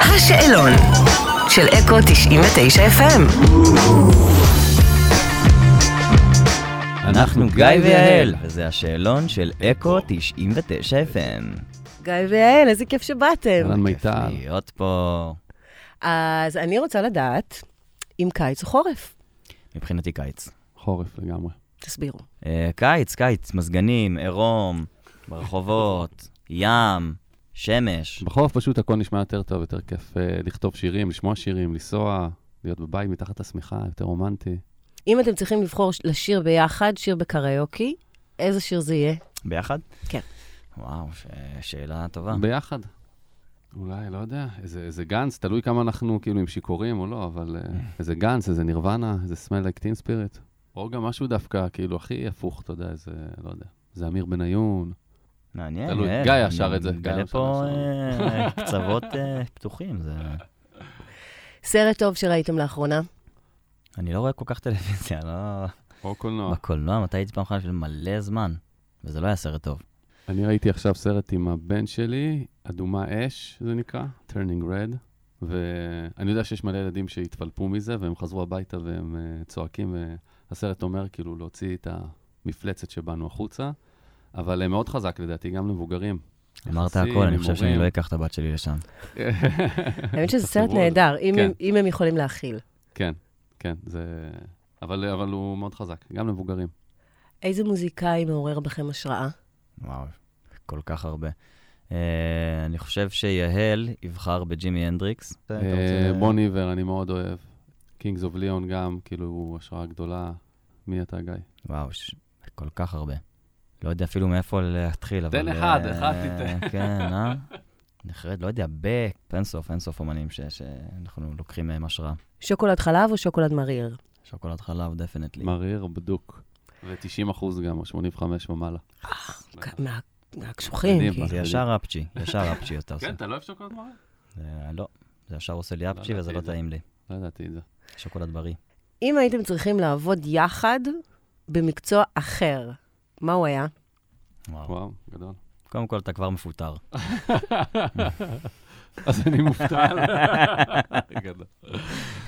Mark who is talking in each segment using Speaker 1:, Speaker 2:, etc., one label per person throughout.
Speaker 1: השאלון של אקו 99 FM.
Speaker 2: אנחנו גיא ויעל, וזה השאלון של אקו 99 FM.
Speaker 3: גיא ויעל, איזה כיף שבאתם.
Speaker 4: אהלן
Speaker 2: כיף
Speaker 4: מיטל.
Speaker 2: להיות פה.
Speaker 3: אז אני רוצה לדעת אם קיץ או חורף.
Speaker 2: מבחינתי קיץ.
Speaker 4: חורף לגמרי.
Speaker 3: תסבירו.
Speaker 2: אה, קיץ, קיץ, מזגנים, עירום, ברחובות, ים, שמש.
Speaker 4: בחורף פשוט הכל נשמע יותר טוב, יותר כיף אה, לכתוב שירים, לשמוע שירים, לנסוע, להיות בבית מתחת לשמיכה, יותר רומנטי.
Speaker 3: אם אתם צריכים לבחור ש- לשיר ביחד, שיר בקריוקי, איזה שיר זה יהיה?
Speaker 2: ביחד?
Speaker 3: כן.
Speaker 2: וואו, ש- שאלה טובה.
Speaker 4: ביחד. אולי, לא יודע, איזה, איזה גנץ, תלוי כמה אנחנו כאילו עם שיכורים או לא, אבל אה, איזה גנץ, איזה נירוונה, איזה smell like teen spirit. או גם משהו דווקא, כאילו, הכי הפוך, אתה יודע, איזה, לא יודע, זה אמיר בניון.
Speaker 2: מעניין.
Speaker 4: תלוי,
Speaker 2: אה,
Speaker 4: גיא
Speaker 2: אני
Speaker 4: ישר את זה, גיא
Speaker 2: מגלה
Speaker 4: ישר
Speaker 2: פה
Speaker 4: ישר.
Speaker 2: אה, קצוות אה, פתוחים, זה...
Speaker 3: סרט טוב שראיתם לאחרונה?
Speaker 2: אני לא רואה כל כך טלוויזיה, לא...
Speaker 4: או קולנוע.
Speaker 2: בקולנוע, מתי הייתי פעם אחת של מלא זמן? וזה לא היה סרט טוב.
Speaker 4: אני ראיתי עכשיו סרט עם הבן שלי, אדומה אש, זה נקרא, Turning Red, ואני יודע שיש מלא ילדים שהתפלפו מזה, והם חזרו הביתה והם אה, צועקים, והסרט אומר כאילו להוציא את המפלצת שבנו החוצה, אבל אה, מאוד חזק לדעתי, גם למבוגרים.
Speaker 2: אמרת
Speaker 4: יחסים,
Speaker 2: הכל, אני חושב שאני
Speaker 4: הימורים.
Speaker 2: לא אקח את הבת שלי לשם.
Speaker 3: האמת שזה סרט
Speaker 4: תחשבו על זה.
Speaker 3: נהדר, אם
Speaker 4: כן.
Speaker 3: הם- אם הם יכולים להכיל.
Speaker 4: כן, כן, זה... אבל, אבל הוא מאוד חזק, גם למבוגרים.
Speaker 3: איזה מוזיקאי מעורר בכם השראה?
Speaker 2: וואו, כל כך הרבה. אה, אני חושב שיהל יבחר בג'ימי הנדריקס. כן, אתה רוצה-
Speaker 4: אה, בון איבר, אני מאוד אוהב. קינגס אוף ליאון גם, כאילו, הוא השראה גדולה. מי אתה, גיא?
Speaker 2: וואו, ש- כל כך הרבה. לא יודע אפילו מאיפה להתחיל, אבל...
Speaker 4: תן אחד,
Speaker 2: אה,
Speaker 4: אחד תיתן.
Speaker 2: כן, אה? נחרד, לא יודע, בק, אינסוף, אינסוף אומנים ש- שאנחנו לוקחים מהם השראה.
Speaker 3: שוקולד חלב או שוקולד מריר?
Speaker 2: שוקולד חלב, דפנטלי.
Speaker 4: מריר בדוק. ו-90 אחוז גם, או 85 ומעלה.
Speaker 3: כ- מה- מהקשוחים,
Speaker 4: אוקיי. מדהים,
Speaker 3: כאילו.
Speaker 2: זה ישר אפצ'י, ישר אפצ'י אתה עושה.
Speaker 4: אתה לא אוהב שוקולד מריר?
Speaker 2: זה- לא, זה ישר עושה לי אפצ'י
Speaker 4: ידעתי
Speaker 2: וזה לא
Speaker 4: את זה.
Speaker 2: טעים לי.
Speaker 4: לא ידעתי את זה.
Speaker 2: שוקולד בריא.
Speaker 3: אם הייתם צריכים לעבוד יחד במקצוע אחר, מה הוא היה?
Speaker 2: וואו.
Speaker 4: וואו, גדול.
Speaker 2: קודם כל, אתה כבר מפוטר.
Speaker 4: אז אני מובטל. גדול.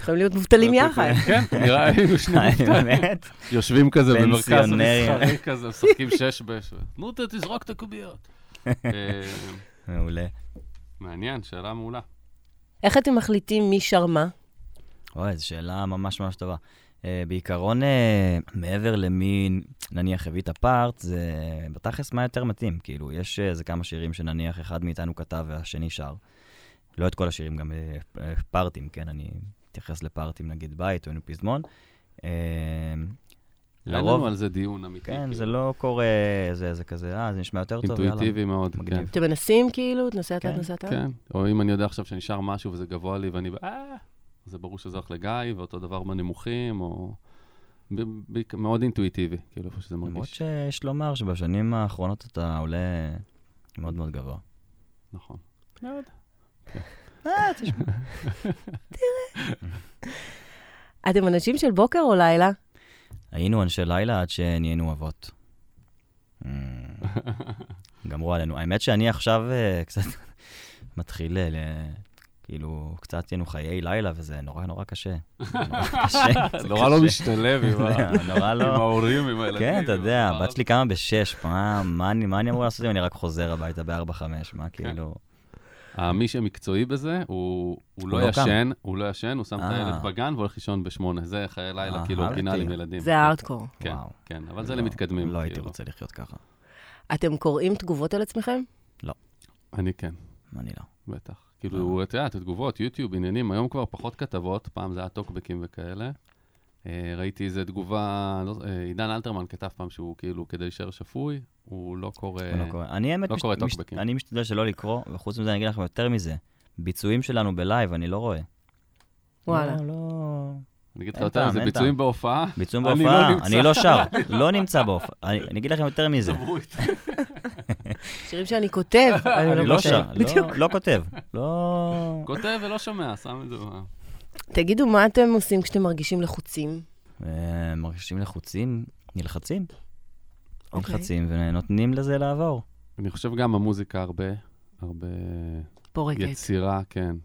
Speaker 3: יכולים להיות מובטלים
Speaker 2: אוקיי.
Speaker 3: יחד.
Speaker 4: כן, נראה לי היינו שני מובטלים.
Speaker 2: אה, באמת?
Speaker 4: יושבים כזה במרכז
Speaker 2: פנסיונרים.
Speaker 4: המסחרי כזה, משחקים שש בש. נו, ת- תזרוק את הקוביות. אה,
Speaker 2: מעולה.
Speaker 4: מעניין, שאלה מעולה.
Speaker 3: איך אתם מחליטים מי שר מה?
Speaker 2: אוי, זו שאלה ממש ממש טובה. Uh, בעיקרון, uh, מעבר למין, נניח, הביא את הפארט, זה בתכלס מה יותר מתאים. כאילו, יש אה, איזה כמה שירים שנניח אחד מאיתנו כתב והשני שר. לא את כל השירים, גם אה, פ- אה, פארטים, כן? אני אתייחס לפארטים, נגיד בית או אינו פזמון. אה,
Speaker 4: היה לנו
Speaker 2: לרוב,
Speaker 4: על זה דיון אמיתי.
Speaker 2: כן,
Speaker 4: כאילו.
Speaker 2: זה לא קורה, זה, זה כזה, אה, זה נשמע יותר טוב, יאללה.
Speaker 4: אינטואיטיבי מאוד,
Speaker 2: מגניב.
Speaker 4: כן.
Speaker 3: אתם מנסים כאילו, תנסה אתה,
Speaker 2: כן,
Speaker 3: תנסה אתה?
Speaker 4: כן, או אם אני יודע עכשיו שנשאר משהו וזה גבוה לי ואני... ב- אה, זה ברור שזה הולך לגיא, ואותו דבר בנמוכים, או... ב- ב- מאוד אינטואיטיבי, כאילו, איפה שזה
Speaker 2: למרות
Speaker 4: מרגיש.
Speaker 2: שיש לומר שבשנים האחרונות אתה עולה מאוד מאוד גבוה.
Speaker 4: נכון.
Speaker 3: אה, אתם אנשים של בוקר או לילה?
Speaker 2: היינו אנשי לילה עד שנהיינו אבות. אה, גמרו עלינו. האמת שאני עכשיו אה, קצת מתחיל, אה, ל- כאילו, קצת היינו חיי לילה, וזה נורא נורא קשה. זה נורא קשה. זה
Speaker 4: נורא לא
Speaker 2: קשה.
Speaker 4: משתלב עם ה-
Speaker 2: זה נורא
Speaker 4: עם כאילו,
Speaker 2: לא...
Speaker 4: ההורים, עם הילדים.
Speaker 2: כן, אתה
Speaker 4: עם
Speaker 2: יודע,
Speaker 4: הדבר
Speaker 2: הבת שלי קמה בשש, מה מה אני מה אני אמור לעשות אם אני רק חוזר הביתה ב-4-5?
Speaker 4: כן,
Speaker 2: מה כאילו...
Speaker 4: הזה. המי שמקצועי בזה, הוא הוא
Speaker 2: לא
Speaker 4: לא
Speaker 2: קם.
Speaker 4: ישן, הוא לא ישן, הוא שם את
Speaker 2: אה.
Speaker 4: הילד בגן והולך לישון בשמונה. זה חיי לילה,
Speaker 2: אה,
Speaker 4: כאילו,
Speaker 2: אהבתי.
Speaker 4: אורגינל עם ילדים.
Speaker 3: זה הארדקור.
Speaker 4: כן,
Speaker 2: וואו.
Speaker 4: כן, אבל זה
Speaker 2: לא,
Speaker 4: למתקדמים.
Speaker 2: לא הייתי
Speaker 4: כאילו.
Speaker 2: רוצה לחיות ככה.
Speaker 3: אתם קוראים תגובות על עצמכם?
Speaker 4: אני כן.
Speaker 2: אני לא.
Speaker 4: בטח.
Speaker 2: אה.
Speaker 4: כאילו, את יודעת, תגובות, יוטיוב, עניינים, היום כבר פחות כתבות, פעם זה היה טוקבקים וכאלה. אה, ראיתי איזה תגובה, לא ז- אה, עידן אלתרמן כתב פעם שהוא כאילו, כדי להישאר שפוי, הוא לא קורא...
Speaker 2: הוא לא קורא. אני האמת,
Speaker 4: לא
Speaker 2: מש-
Speaker 4: קורא
Speaker 2: מש-
Speaker 4: טוקבקים.
Speaker 2: אני משתדל שלא לקרוא, וחוץ מזה אני אגיד לכם יותר מזה. ביצועים שלנו בלייב, אני לא רואה.
Speaker 3: וואלה.
Speaker 2: לא, לא.
Speaker 4: אני אגיד לך
Speaker 2: אין
Speaker 4: יותר,
Speaker 2: טעם,
Speaker 4: זה
Speaker 2: אין
Speaker 4: ביצועים
Speaker 2: טעם.
Speaker 4: בהופעה.
Speaker 2: ביצועים
Speaker 4: אני לא
Speaker 2: בהופעה,
Speaker 4: נמצא.
Speaker 2: אני לא שר, לא נמצא בהופעה. אני אני אגיד לכם יותר מזה,
Speaker 4: דברו איתי.
Speaker 3: שירים שאני כותב,
Speaker 2: אני לא
Speaker 3: כותב.
Speaker 2: שר, לא-
Speaker 3: בדיוק.
Speaker 2: לא כותב. לא...
Speaker 4: כותב ולא שומע, שם את זה. ב-
Speaker 3: תגידו, מה אתם עושים כשאתם מרגישים לחוצים?
Speaker 2: אה, מרגישים לחוצים, נלחצים.
Speaker 3: אוקיי.
Speaker 2: נלחצים ונותנים לזה לעבור.
Speaker 4: אני חושב גם המוזיקה הרבה, הרבה
Speaker 3: פורקת.
Speaker 4: יצירה, כן.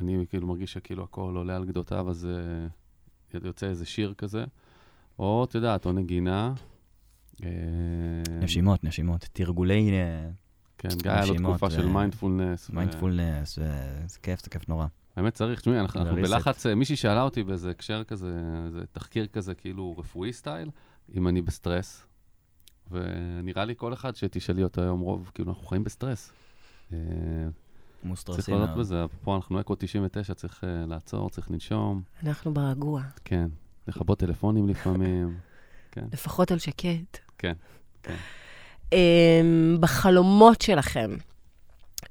Speaker 4: אני כאילו מרגיש שכאילו הכל עולה על גדותיו, אז אה, יוצא איזה שיר כזה. או, את יודעת, או נגינה. אה,
Speaker 2: נשימות, נשימות, תרגולי אה,
Speaker 4: כן, גיא היה לו
Speaker 2: נשימות,
Speaker 4: תקופה של
Speaker 2: אה,
Speaker 4: מיינדפולנס. ו-
Speaker 2: מיינדפולנס, אה, זה כיף, זה כיף נורא.
Speaker 4: האמת צריך, תשמעי, אנחנו אנחנו
Speaker 2: reset.
Speaker 4: בלחץ, אה, מישהי שאלה אותי באיזה הקשר כזה, איזה תחקיר כזה כאילו רפואי סטייל, אם אני בסטרס, ונראה לי כל אחד שתשאלי אותו היום רוב, כאילו אנחנו חיים בסטרס. אה, צריך
Speaker 2: מוסטרסים.
Speaker 4: לעלות בזה, פה אנחנו אקו 99, צריך אה, לעצור, צריך לנשום,
Speaker 3: אנחנו ברגוע.
Speaker 4: כן, לכבות טלפונים לפעמים.
Speaker 3: לפחות על שקט.
Speaker 4: כן, כן.
Speaker 3: אמ, בחלומות שלכם,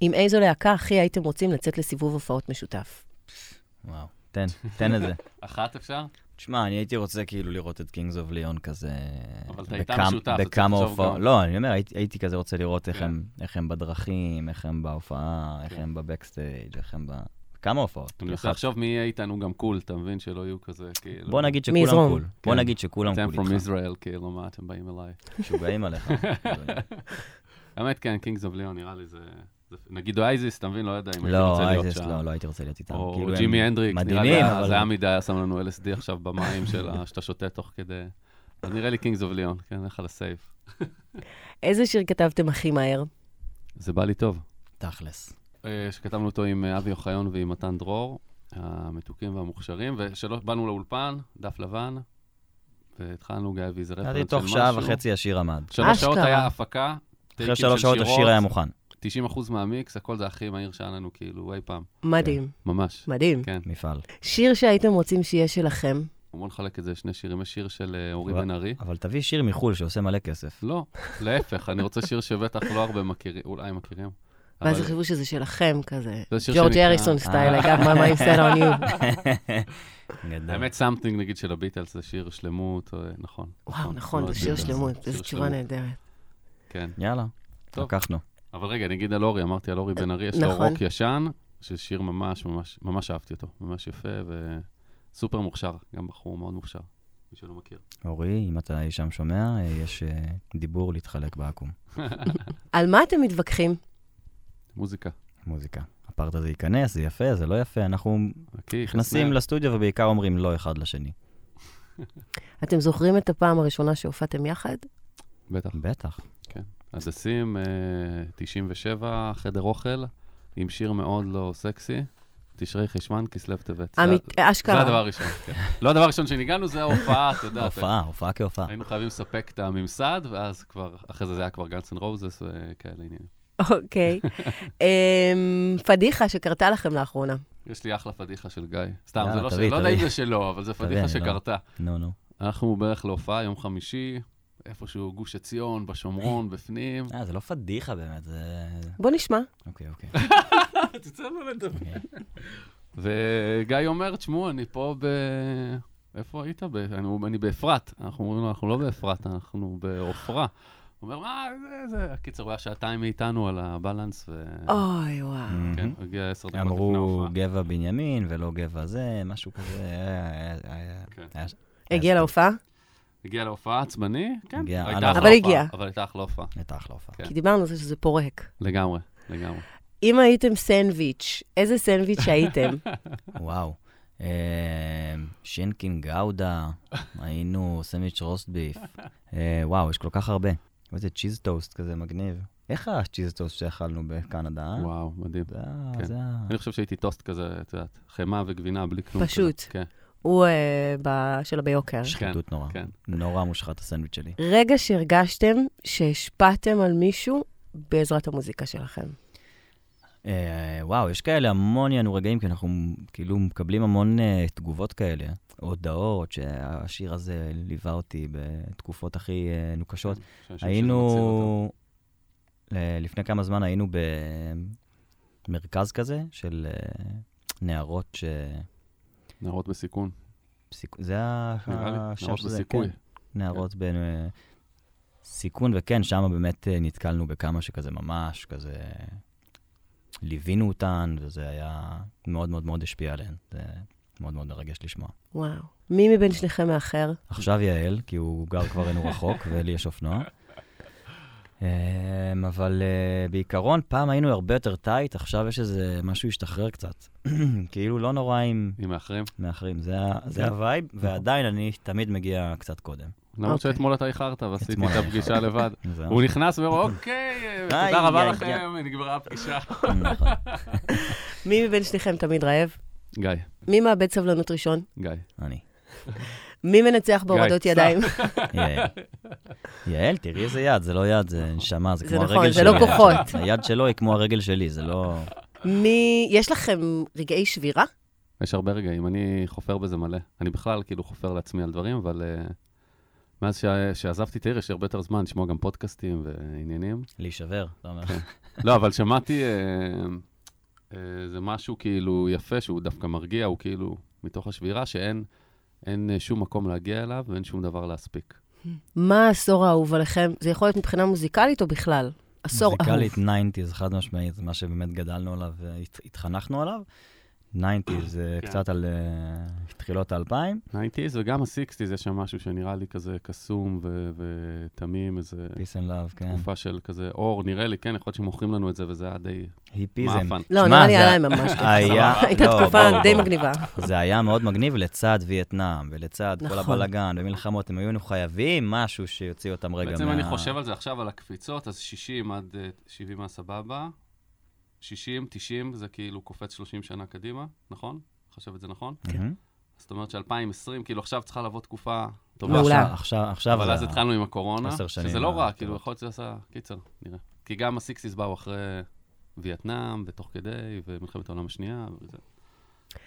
Speaker 3: עם איזו להקה הכי הייתם רוצים לצאת לסיבוב הופעות משותף?
Speaker 2: וואו, תן, תן את זה.
Speaker 4: אחת אפשר?
Speaker 2: תשמע, אני הייתי רוצה כאילו לראות את קינגס אוף ליון כזה...
Speaker 4: אבל אתה איתם
Speaker 2: בכמה-
Speaker 4: שותף, אז צריך
Speaker 2: בכמה
Speaker 4: לחשוב
Speaker 2: הופעות.
Speaker 4: גם.
Speaker 2: לא, אני אומר, הייתי- הייתי כזה רוצה לראות איך
Speaker 4: כן.
Speaker 2: הם- איך הם בדרכים, איך הם בהופעה, איך
Speaker 4: כן.
Speaker 2: הם בבקסטייג', איך הם ב... כמה הופעות.
Speaker 4: אני רוצה
Speaker 2: אחת.
Speaker 4: לחשוב מי יהיה איתנו גם קול, אתה מבין? שלא יהיו כזה, כאילו...
Speaker 2: בוא נגיד
Speaker 3: מי
Speaker 2: שכולם
Speaker 3: יזרום?
Speaker 2: קול. בוא
Speaker 4: כן.
Speaker 2: נגיד שכולם
Speaker 4: אתם
Speaker 2: קול
Speaker 4: from
Speaker 2: איתך.
Speaker 4: Israel, כאילו, מה אתם באים אליי?
Speaker 2: משוגעים עליך.
Speaker 4: האמת, כן, קינגס אוף ליאון, נראה לי זה... זה- נגיד אייזיס, אתה מבין? לא יודע אם הייתי
Speaker 2: לא,
Speaker 4: רוצה להיות
Speaker 2: אייזס,
Speaker 4: שם.
Speaker 2: לא, לא הייתי רוצה להיות איתם.
Speaker 4: או
Speaker 2: כאילו, הם
Speaker 4: ג'ימי הנדריקס, נראה לי,
Speaker 2: מדהימים,
Speaker 4: היה-
Speaker 2: אבל-
Speaker 4: זה היה מדי, היה שם לנו LSD עכשיו במים של ה- שאתה שותה תוך כדי. אז נראה לי קינגס אוף ליאון, כן, לך לסייף.
Speaker 3: איזה שיר כתבתם הכי מהר?
Speaker 4: זה בא לי טוב.
Speaker 2: תכלס.
Speaker 4: אה, שכתבנו אותו עם אה, אבי אוחיון ועם מתן דרור, המתוקים והמוכשרים, ובאנו לאולפן, דף לבן, והתחלנו גיא ואיזה רפרנס של
Speaker 2: נתתי
Speaker 4: משהו.
Speaker 2: תוך שעה וחצי השיר עמד.
Speaker 4: שלוש שעות
Speaker 3: אשכרה.
Speaker 4: היה הפקה,
Speaker 2: אחרי
Speaker 4: טייקים של
Speaker 2: שלוש שעות השיר
Speaker 4: שירות,
Speaker 2: היה מוכן.
Speaker 4: 90% מהמיקס, הכל זה הכי מהיר שהיה לנו, כאילו, אי פעם.
Speaker 3: מדהים,
Speaker 4: ממש.
Speaker 3: מדהים.
Speaker 4: כן.
Speaker 2: מפעל.
Speaker 3: שיר שהייתם רוצים שיהיה שלכם?
Speaker 4: בוא נחלק את זה לשני שירים. יש שיר של אה, אורי
Speaker 2: אבל-
Speaker 4: בן ארי.
Speaker 2: אבל תביא שיר מחו"ל שעושה מלא כסף.
Speaker 4: לא, להפך, אני רוצה שיר שבטח לא הרבה מכירים, אולי מכירים.
Speaker 3: ואז
Speaker 4: אבל-
Speaker 3: יחשבו שזה שלכם כזה.
Speaker 4: זה שיר
Speaker 3: ג'ורג'
Speaker 4: שנקרא-
Speaker 3: אריסון סטייל,
Speaker 2: אה.
Speaker 3: I got my mind set on you.
Speaker 2: גדול.
Speaker 4: האמת, סמטינג נגיד של הביטלס זה שיר שלמות, או- נכון.
Speaker 3: וואו, נכון, זה
Speaker 4: מאוד
Speaker 3: שיר
Speaker 4: גדול.
Speaker 3: שלמות,
Speaker 4: שיר
Speaker 3: איזו תשובה
Speaker 4: שלמות,
Speaker 3: נהדרת.
Speaker 4: כן.
Speaker 2: יאללה,
Speaker 4: טוב.
Speaker 2: לקחנו.
Speaker 4: אבל רגע, אני אגיד על אורי, אמרתי על אורי בן ארי, יש לו
Speaker 3: נכון.
Speaker 4: רוק ישן, שזה שיר ממש, ממש, ממש אהבתי אותו, ממש יפה, וסופר מוכשר, גם בחור מאוד מוכשר, מי שלא מכיר.
Speaker 2: אורי, אם אתה אי שם שומע, אה, יש אה, דיבור להתחלק בעקום.
Speaker 3: על מה אתם מתווכחים?
Speaker 4: מוזיקה.
Speaker 2: מוזיקה. הפארט הזה ייכנס, זה יפה, זה לא יפה, אנחנו
Speaker 4: נקי,
Speaker 2: נכנסים
Speaker 4: חסנר.
Speaker 2: לסטודיו ובעיקר אומרים לא אחד לשני.
Speaker 3: אתם זוכרים את הפעם הראשונה שהופעתם יחד?
Speaker 4: בטח.
Speaker 2: בטח.
Speaker 4: הדסים, אה, 97, חדר אוכל, עם שיר מאוד לא סקסי, תשרי חשוון, כסלו טבת. זה-
Speaker 3: אמית-
Speaker 4: זה הדבר
Speaker 3: אה, אשכרה.
Speaker 4: הראשון, כן. לא הדבר הראשון שניגענו, זה ההופעה, אתה יודע.
Speaker 2: הופעה, הופעה כהופעה.
Speaker 4: היינו חייבים לספק את הממסד, ואז כבר, אחרי זה זה היה כבר גאנס אנד רוזס וכאלה אה, עניינים.
Speaker 3: אוקיי. אמ, פדיחה שקרתה לכם לאחרונה.
Speaker 4: יש לי אחלה פדיחה של גיא. סתם,
Speaker 2: יאללה,
Speaker 4: זה לא
Speaker 2: תביא,
Speaker 4: שלו, לא יודע אם
Speaker 2: תביא.
Speaker 4: זה שלו, אבל זה פדיחה
Speaker 2: אני לא-
Speaker 4: שקרתה.
Speaker 2: נו, נו.
Speaker 4: אנחנו בערך להופעה, יום חמישי, איפשהו גוש עציון, בשומרון, בפנים.
Speaker 2: אה, זה לא פדיחה באמת, זה...
Speaker 3: בוא נשמע.
Speaker 4: אה.
Speaker 2: אוקיי, אוקיי.
Speaker 4: תצא לו לדבר.
Speaker 2: אוקיי.
Speaker 4: וגיא אומר, תשמעו, אני פה ב... איפה היית? ב... אני, אני באפרת. אנחנו אומרים לו, אנחנו לא באפרת, אנחנו בעופרה. הוא אומר, מה זה זה? הקיצר, הוא היה שעתיים מאיתנו על הבלנס, ו...
Speaker 3: אוי, וואו.
Speaker 4: כן, הוא הגיע עשר דקות לפני
Speaker 2: Mm-hmm. אמרו
Speaker 4: ההופעה.
Speaker 2: גבע בנימין ולא גבע זה, משהו כזה. אה, היה- היה- היה-
Speaker 4: כן.
Speaker 2: היה- אה,
Speaker 3: הגיע להופעה?
Speaker 4: הגיע להופעה עצבני? כן.
Speaker 2: הגיע,
Speaker 4: הייתה
Speaker 2: אנחנו-
Speaker 4: אחלה
Speaker 3: אבל
Speaker 4: הופעה,
Speaker 3: הגיע.
Speaker 4: אבל הייתה אחלה הופעה.
Speaker 2: הייתה אחלה הופעה.
Speaker 4: כן.
Speaker 3: כי דיברנו על זה שזה פורק.
Speaker 4: לגמרי, לגמרי.
Speaker 3: אם הייתם סנדוויץ', איזה סנדוויץ' הייתם?
Speaker 2: וואו. אה, שינקין גאודה, היינו סמיץ' רוסט ביף. אה, וואו, יש כל כך הרבה. איזה צ'יז טוסט כזה מגניב. איך הצ'יז טוסט שאכלנו בקנדה, אה?
Speaker 4: וואו, מדהים.
Speaker 2: זה ה-
Speaker 4: כן.
Speaker 2: זה ה...
Speaker 4: אני חושב שהייתי טוסט כזה, את יודעת, חמאה וגבינה בלי כלום. כזה.
Speaker 3: פשוט.
Speaker 4: כן.
Speaker 3: הוא אה, ב- של הביוקר.
Speaker 2: שחיתות נורא.
Speaker 4: כן.
Speaker 2: נורא מושחת הסנדוויץ' שלי.
Speaker 3: רגע שהרגשתם שהשפעתם על מישהו בעזרת המוזיקה שלכם.
Speaker 2: אה, וואו, יש כאלה המון יענו רגעים, כי אנחנו כאילו מקבלים המון אה, תגובות כאלה, הודעות שהשיר הזה ליווה אותי בתקופות הכי אה, נוקשות.
Speaker 4: שאנשים שמוצאים אותם.
Speaker 2: היינו, ל- לפני כמה זמן היינו במרכז כזה של אה, נערות ש...
Speaker 4: נערות בסיכון,
Speaker 2: פסיק- זה
Speaker 4: נראה לי.
Speaker 2: השם
Speaker 4: נערות
Speaker 2: של זה, כן.
Speaker 4: בסיכוי.
Speaker 2: נערות בין... אה, סיכון, וכן, שם באמת אה, נתקלנו בכמה שכזה ממש, כזה... ליווינו אותן, וזה היה מאוד מאוד מאוד השפיע עליהן. זה מאוד מאוד מרגש לשמוע.
Speaker 3: וואו. מי מבין שניכם מאחר?
Speaker 2: עכשיו יעל, כי הוא גר כבר אינו רחוק, ולי יש אופנוע. אה, אמ, אבל אה, בעיקרון, פעם היינו הרבה יותר טייט, עכשיו יש איזה משהו השתחרר קצת. כאילו, לא נורא אם
Speaker 4: עם האחרים.
Speaker 2: מאחרים, זה ה- זה הווייב, ועדיין אני תמיד מגיע קצת קודם.
Speaker 4: למרות
Speaker 3: אוקיי.
Speaker 4: שאתמול לא אתה איחרת ועשיתי
Speaker 2: אתמול
Speaker 4: את
Speaker 2: אני
Speaker 4: הפגישה
Speaker 2: איחרתי.
Speaker 4: לבד.
Speaker 2: זה-
Speaker 4: הוא נכנס ואומר, אוקיי, אה, תודה
Speaker 2: איי,
Speaker 4: רבה
Speaker 2: איי,
Speaker 4: לכם, נגמרה הפגישה.
Speaker 2: נכון.
Speaker 3: מי מבין שניכם תמיד רעב?
Speaker 4: גיא,
Speaker 3: מי מאבד סבלנות ראשון?
Speaker 4: גיא.
Speaker 2: אני.
Speaker 3: מי מנצח בהורדות
Speaker 4: סתם.
Speaker 3: ידיים?
Speaker 2: יעל. יעל, תראי איזה יד, זה לא יד, זה נשמה, זה
Speaker 3: זה
Speaker 2: כמו הרגל
Speaker 3: נכון,
Speaker 2: שלי.
Speaker 3: זה לא כוחות.
Speaker 2: היד שלו היא כמו הרגל שלי, זה לא...
Speaker 3: מי... יש לכם רגעי שבירה?
Speaker 4: יש הרבה רגעים, אני חופר בזה מלא. אני בכלל כאילו חופר לעצמי על דברים, אבל אה, מאז שה- שעזבתי את העיר יש לי הרבה יותר זמן לשמוע גם פודקאסטים ועניינים.
Speaker 2: להישבר, אתה אומר.
Speaker 4: לא, אבל שמעתי, אה, אה, זה משהו כאילו יפה, שהוא דווקא מרגיע, הוא כאילו מתוך השבירה, שאין אין אה, שום מקום להגיע אליו ואין שום דבר להספיק.
Speaker 3: מה העשור האהוב עליכם? זה יכול להיות מבחינה מוזיקלית או בכלל? עשור אהוב.
Speaker 2: מוזיקלית 90's, חד משמעית, זה מה שבאמת גדלנו עליו והתחנכנו עליו. 90's, זה
Speaker 4: כן.
Speaker 2: קצת על אה, תחילות האלפיים.
Speaker 4: 90's וגם ה-60's, יש שם משהו שנראה לי כזה קסום ו- ותמים, איזה
Speaker 2: Peace and Love, כן.
Speaker 4: תקופה של כזה אור, נראה לי, כן, יכול להיות שמוכרים לנו את זה וזה היה די...
Speaker 2: היפיזם.
Speaker 4: מאפן.
Speaker 3: לא,
Speaker 2: שמע,
Speaker 3: נראה לי
Speaker 2: זה-
Speaker 3: עליי ממש. כיף.
Speaker 2: היה-
Speaker 3: הייתה
Speaker 2: לא,
Speaker 3: תקופה
Speaker 2: בואו,
Speaker 3: די
Speaker 2: בואו.
Speaker 3: מגניבה.
Speaker 2: זה היה מאוד מגניב לצד וייטנאם, ולצד כל
Speaker 3: נכון.
Speaker 2: הבלגן ומלחמות, הם היו חייבים משהו שיוציא אותם רגע מה...
Speaker 4: בעצם אני חושב על זה עכשיו, על הקפיצות, אז 60 עד אה, 70 היה סבבה. 60, 90 זה כאילו קופץ 30 שנה קדימה, נכון? חושב את זה נכון?
Speaker 2: מהמם.
Speaker 4: זאת אומרת ש-2020, כאילו עכשיו צריכה לבוא תקופה טובה.
Speaker 3: מעולה.
Speaker 2: עכשיו- עכשיו, עכשיו
Speaker 4: אבל
Speaker 2: זה
Speaker 4: אז
Speaker 2: ה-
Speaker 4: התחלנו עם הקורונה,
Speaker 2: עשר שנים אה,
Speaker 4: שזה לא רע,
Speaker 2: הטובות.
Speaker 4: כאילו יכול להיות שזה עשה קיצר, נראה. כי גם הסיקסיס באו אחרי וייטנאם, ותוך כדי, ומלחמת העולם השנייה, וזה.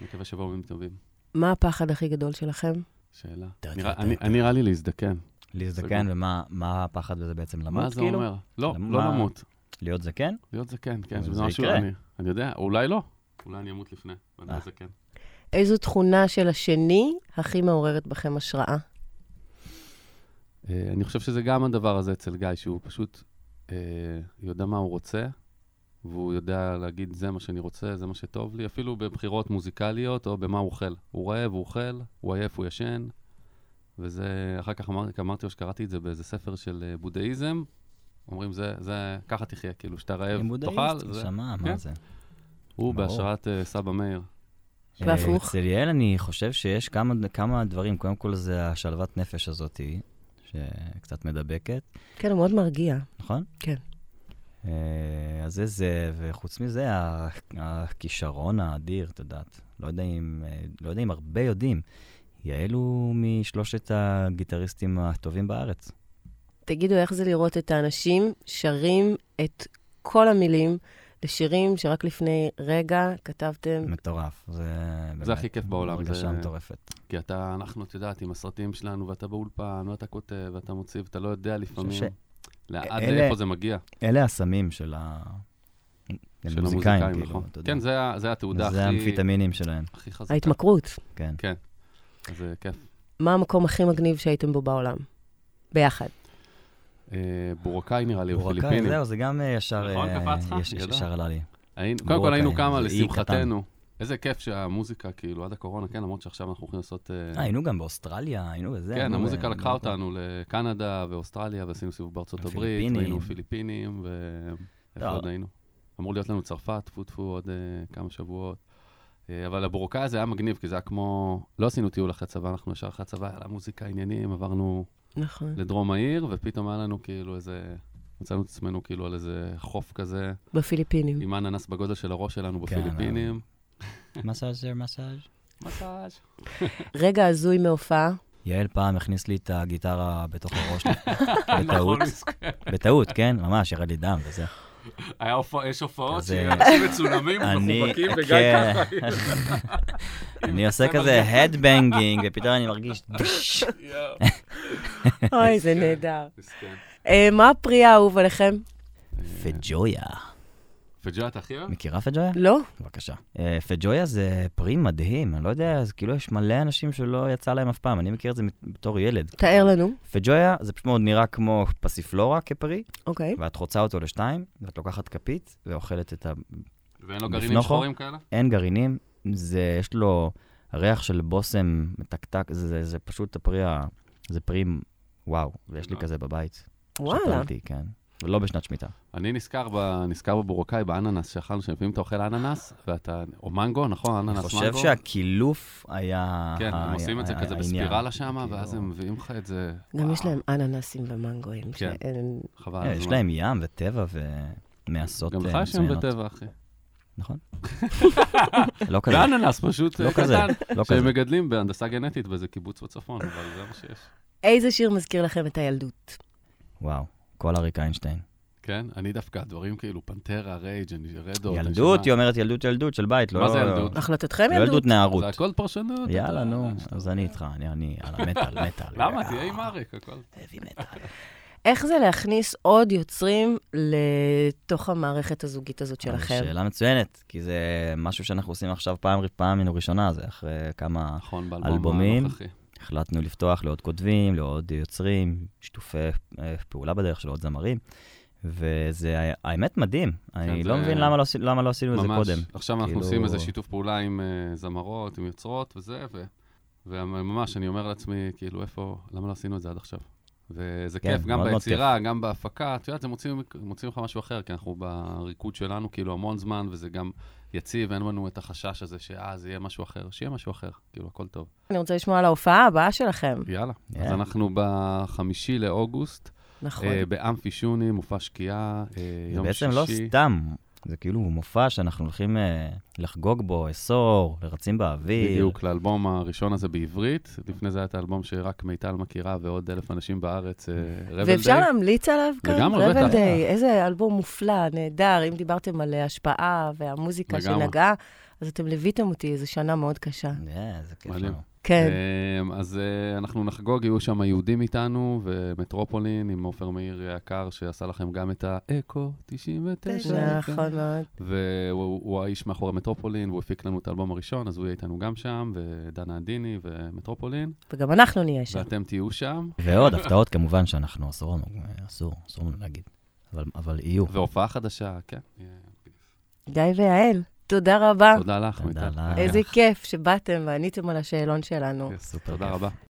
Speaker 4: אני מקווה שבאו ימים טובים.
Speaker 3: מה הפחד הכי גדול שלכם?
Speaker 4: שאלה.
Speaker 2: טה,
Speaker 4: נראה-
Speaker 2: טה,
Speaker 4: אני-
Speaker 2: טה,
Speaker 4: אני נראה לי להזדקן.
Speaker 2: להזדקן,
Speaker 4: סגור.
Speaker 2: ומה מה הפחד בזה בעצם? למות,
Speaker 4: מה זה
Speaker 2: כאילו?
Speaker 4: אומר? לא, לא
Speaker 2: מה-
Speaker 4: למות.
Speaker 2: להיות זקן?
Speaker 4: להיות זקן, כן,
Speaker 2: אבל
Speaker 4: שזה
Speaker 2: זה
Speaker 4: משהו,
Speaker 2: יקרה.
Speaker 4: אני- אני יודע, אולי לא. אולי אני אמות לפני, ואני
Speaker 2: אה.
Speaker 4: אהיה זקן.
Speaker 3: איזו תכונה של השני הכי מעוררת בכם השראה?
Speaker 4: אה, אני חושב שזה גם הדבר הזה אצל גיא, שהוא פשוט אה, יודע מה הוא רוצה, והוא יודע להגיד, זה מה שאני רוצה, זה מה שטוב לי, אפילו בבחירות מוזיקליות או במה הוא אוכל. הוא רעב, הוא אוכל, הוא עייף, הוא ישן, וזה, אחר כך אמרתי, אמרתי לו שקראתי את זה באיזה ספר של אה, בודהיזם, אומרים, זה, זה, ככה תחיה, כאילו, שאתה רעב,
Speaker 2: עם בודהיסט,
Speaker 4: תאכל, זה,
Speaker 2: נשמה, מה
Speaker 4: כן.
Speaker 2: זה?
Speaker 4: הוא
Speaker 2: ברור.
Speaker 4: בהשראת אה, סבא מאיר.
Speaker 3: והפוך.
Speaker 2: אה, אצל יעל אני חושב שיש כמה, כמה דברים. קודם כל זה השלוות נפש הזאת, שקצת מדבקת,
Speaker 3: כן, הוא מאוד מרגיע.
Speaker 2: נכון?
Speaker 3: כן.
Speaker 2: אה, אז זה זה, וחוץ מזה, ה- הכישרון האדיר, את יודעת. לא יודע אם, אה, לא יודע אם הרבה יודעים. יעל הוא משלושת הגיטריסטים הטובים בארץ.
Speaker 3: תגידו, איך זה לראות את האנשים שרים את כל המילים לשירים שרק לפני רגע כתבתם?
Speaker 2: מטורף. זה
Speaker 4: זה
Speaker 2: באמת
Speaker 4: הכי כיף בעולם. זה-
Speaker 2: הרגשה מטורפת.
Speaker 4: כי אתה, אנחנו, את יודעת, עם הסרטים שלנו, ואתה באולפן, ואתה כותב, ואתה מוציא, ואתה לא יודע לפעמים.
Speaker 2: חושב
Speaker 4: לא,
Speaker 2: א-
Speaker 4: עד
Speaker 2: אלה-
Speaker 4: לאיפה זה מגיע,
Speaker 2: אלה הסמים של ה...
Speaker 4: של המוזיקאים,
Speaker 2: כאילו,
Speaker 4: נכון.
Speaker 2: אתה יודע.
Speaker 4: כן, זה ה- זה התעודה
Speaker 2: זה
Speaker 4: הכי
Speaker 2: המפיטמינים שלהם,
Speaker 4: הכי חזקה.
Speaker 3: ההתמכרות.
Speaker 2: כן.
Speaker 4: אז אה, כיף.
Speaker 3: מה המקום הכי מגניב שהייתם בו בעולם? ביחד.
Speaker 4: אה, בורקאי נראה לי, או
Speaker 2: בורקאי,
Speaker 4: פיליפינים. כן.
Speaker 2: זהו, זה גם אה, ישר...
Speaker 4: נכון,
Speaker 2: אה,
Speaker 4: קפץ לך?
Speaker 2: יש-
Speaker 4: גדול.
Speaker 2: ישר עלה לי.
Speaker 4: היינו- קודם כל
Speaker 2: בורקאי,
Speaker 4: היינו כמה,
Speaker 2: זה אי
Speaker 4: לשמחתנו. איזה כיף שהמוזיקה, כאילו, עד הקורונה, כן, למרות שעכשיו אנחנו הולכים לעשות... אה,
Speaker 2: אה, היינו גם באוסטרליה, היינו בזה.
Speaker 4: כן,
Speaker 2: היינו
Speaker 4: המוזיקה
Speaker 2: ב-
Speaker 4: לקחה
Speaker 2: במקום.
Speaker 4: אותנו לקנדה ואוסטרליה, ועשינו סיבוב בארצות הברית,
Speaker 2: הפיליפינים.
Speaker 4: היינו פיליפינים, ו... איפה
Speaker 2: לא.
Speaker 4: עוד היינו? אמור להיות לנו צרפת, טפו טפו, עוד אה, כמה שבועות. אה, אבל הבורקאי הזה היה מגניב, כי זה היה כמו... לא עשינו טיול אחרי צבא, אנחנו ישר אחרי צבא, היה לה מוזיקה, עניינים, עברנו
Speaker 3: נכון.
Speaker 4: לדרום העיר, ופתאום היה לנו כאילו איזה... מצאנו את עצמנו כאילו על איזה חוף כזה,
Speaker 3: בפיליפינים.
Speaker 4: עם אננס בגודל של הראש שלנו
Speaker 2: כן,
Speaker 4: בפיליפינים.
Speaker 2: מסאז'ר, מסאז'.
Speaker 4: מסאז'.
Speaker 3: רגע הזוי מהופעה.
Speaker 2: יעל פעם הכניס לי את הגיטרה בתוך הראש,
Speaker 4: נכון,
Speaker 2: בטעות, בטעות, כן? ממש, ירד לי דם וזה.
Speaker 4: היה הופע- יש הופעות
Speaker 2: אז,
Speaker 4: של
Speaker 2: אה,
Speaker 4: אנשים מצולמים
Speaker 2: אני,
Speaker 4: ומחובקים, וגיא
Speaker 2: כן.
Speaker 4: ככה.
Speaker 2: אני עושה כזה הדבנגינג, ופתאום אני מרגיש... דש.
Speaker 4: יואו,
Speaker 3: אוי, זה נהדר.
Speaker 4: מסכן.
Speaker 3: אה, מה הפרי האהוב עליכם?
Speaker 2: פג'ויה.
Speaker 4: וג'ו, אתה הכי אוהב?
Speaker 2: מכירה פג'ויה?
Speaker 3: לא?
Speaker 2: בבקשה. אה, פג'ויה זה פרי מדהים, אני לא יודע, זה כאילו יש מלא אנשים שלא יצא להם אף פעם, אני מכיר את זה מת- בתור ילד.
Speaker 3: תאר לנו.
Speaker 2: פג'ויה זה פשוט מאוד נראה כמו פסיפלורה כפרי,
Speaker 3: אוקיי.
Speaker 2: ואת חוצה אותו לשתיים, ואת לוקחת כפית ואוכלת את ה...
Speaker 4: ואין לו גרעינים
Speaker 2: בפנוכו?
Speaker 4: שחורים כאלה?
Speaker 2: אין גרעינים, זה, יש לו ריח של בושם מתקתק, זה, זה, זה פשוט הפרי ה... זה פרי, וואו, ויש לי כזה בבית. שתה
Speaker 3: וואלה.
Speaker 2: אותי, כן. ולא בשנת שמיטה.
Speaker 4: אני נזכר, ב, נזכר בבורקאי, באננס שאכלנו, שלפעמים אתה אוכל אננס, ואתה, או מנגו, נכון? אננס
Speaker 2: אני
Speaker 4: מנגו.
Speaker 2: חושב שהקילוף היה...
Speaker 4: כן, הם
Speaker 2: היה-
Speaker 4: עושים את זה
Speaker 2: היה-
Speaker 4: כזה
Speaker 2: אה, העניין.
Speaker 4: בספירלה שם,
Speaker 2: כאילו-
Speaker 4: ואז הם מביאים לך את זה.
Speaker 3: גם יש
Speaker 4: וואו,
Speaker 3: להם אננסים ומנגויים.
Speaker 4: כן.
Speaker 3: שאין-
Speaker 4: חבל.
Speaker 2: אה,
Speaker 4: על
Speaker 2: יש
Speaker 4: הזמן.
Speaker 2: להם ים וטבע ומעשות
Speaker 4: גם
Speaker 2: אה,
Speaker 4: לך יש שם
Speaker 2: מצוינות.
Speaker 4: בטבע, אחי.
Speaker 2: נכון. לא כזה,
Speaker 4: ואננס פשוט
Speaker 2: לא
Speaker 4: אה,
Speaker 2: כזה,
Speaker 4: קטן,
Speaker 2: לא כזה.
Speaker 4: שהם מגדלים בהנדסה גנטית באיזה קיבוץ בצפון, אבל זה מה שיש.
Speaker 3: איזה שיר מזכיר לכם את הילדות?
Speaker 2: וואו, כל אריק איינשטיין.
Speaker 4: כן, אני דווקא, דברים כאילו פנטרה, רייג', אני- רדו.
Speaker 2: ילדות, היא
Speaker 4: נשמה.
Speaker 2: אומרת ילדות ילדות של בית, לא...
Speaker 4: מה זה ילדות?
Speaker 3: החלטתכם
Speaker 2: לא
Speaker 3: ילדות?
Speaker 2: ילדות נערות.
Speaker 4: זה הכל פרשנות.
Speaker 2: יאללה,
Speaker 4: אתה-
Speaker 2: נו, אז אני איתך, אני- אני על המטאל, מטאל.
Speaker 4: למה? תהיה עם אריק, הכל.
Speaker 2: heavy metal.
Speaker 3: איך זה להכניס עוד יוצרים לתוך המערכת הזוגית הזאת שלכם?
Speaker 2: אה, שאלה מצוינת, כי זה משהו שאנחנו עושים עכשיו פעם פעם ראשונה, זה אחרי כמה...
Speaker 4: נכון, באלבום
Speaker 2: אלבומים.
Speaker 4: הנוכחי.
Speaker 2: החלטנו לפתוח לעוד כותבים, לעוד יוצרים, שיתופי אה, פעולה בדרך של עוד זמרים, וזה היה- האמת מדהים. אני
Speaker 4: כן, זה-
Speaker 2: לא מבין למה לא עשי- למה לא עשינו את זה
Speaker 4: ממש.
Speaker 2: קודם.
Speaker 4: עכשיו אנחנו
Speaker 2: כאילו-
Speaker 4: עושים איזה שיתוף פעולה עם אה, זמרות, עם יוצרות וזה, ו- וממש, אני אומר לעצמי, כאילו, איפה, למה לא עשינו את זה עד עכשיו? וזה
Speaker 2: כן,
Speaker 4: כיף, גם
Speaker 2: מאוד מאוד
Speaker 4: ביצירה, גם בהפקה, את יודעת, זה מוצאים מוצאים לך משהו אחר, כי אנחנו בריקוד שלנו כאילו המון זמן, וזה גם יציב, אין לנו את החשש הזה שאה, זה יהיה משהו אחר, שיהיה משהו אחר, כאילו, הכל טוב.
Speaker 3: אני רוצה לשמוע על ההופעה הבאה שלכם.
Speaker 4: יאללה. אז
Speaker 2: יאללה.
Speaker 4: אנחנו בחמישי לאוגוסט,
Speaker 3: נכון.
Speaker 4: אה, באמפי שוני, מופע שקיעה, אה,
Speaker 2: זה
Speaker 4: יום שישי.
Speaker 2: בעצם לא סתם, זה כאילו מופע שאנחנו הולכים אה, לחגוג בו עשור, לרצים באוויר.
Speaker 4: בדיוק, לאלבום הראשון הזה בעברית. לפני זה היה את האלבום שרק מיטל מכירה ועוד אלף אנשים בארץ, אה, רבל
Speaker 3: ואפשר
Speaker 4: דיי.
Speaker 3: להמליץ עליו כאן?
Speaker 4: לגמרי,
Speaker 3: רבל
Speaker 4: בטח.
Speaker 3: דיי, איזה אלבום מופלא, נהדר. אם דיברתם על אה, השפעה והמוזיקה
Speaker 4: לגמרי.
Speaker 3: שנגעה, אז אתם ליוויתם אותי איזו שנה מאוד קשה.
Speaker 2: אה, זה כיף
Speaker 4: מדהים.
Speaker 2: לנו.
Speaker 3: כן.
Speaker 4: אז אה, אנחנו נחגוג, יהיו שם יהודים איתנו, ומטרופולין עם עופר מאיר היקר, שעשה לכם גם את האקו 99.
Speaker 3: נכון
Speaker 4: אה.
Speaker 3: מאוד.
Speaker 4: והוא הוא- הוא האיש מאחורי מטרופולין, והוא הפיק לנו את האלבום הראשון, אז הוא יהיה איתנו גם שם, ודנה עדיני ומטרופולין,
Speaker 3: וגם אנחנו נהיה שם.
Speaker 4: ואתם תהיו שם.
Speaker 2: ועוד הפתעות כמובן שאנחנו אסור לנו, אסור, אסור לנו להגיד, אבל- אבל יהיו.
Speaker 4: והופעה חדשה, כן. יהיה.
Speaker 3: אה. גיא ויעל, תודה רבה.
Speaker 4: תודה לך,
Speaker 2: תודה
Speaker 4: מיטל. אה,
Speaker 2: לך.
Speaker 3: איזה כיף שבאתם ועניתם על השאלון שלנו.
Speaker 4: Yes,
Speaker 2: סופר
Speaker 4: תודה
Speaker 2: כיף.
Speaker 4: רבה.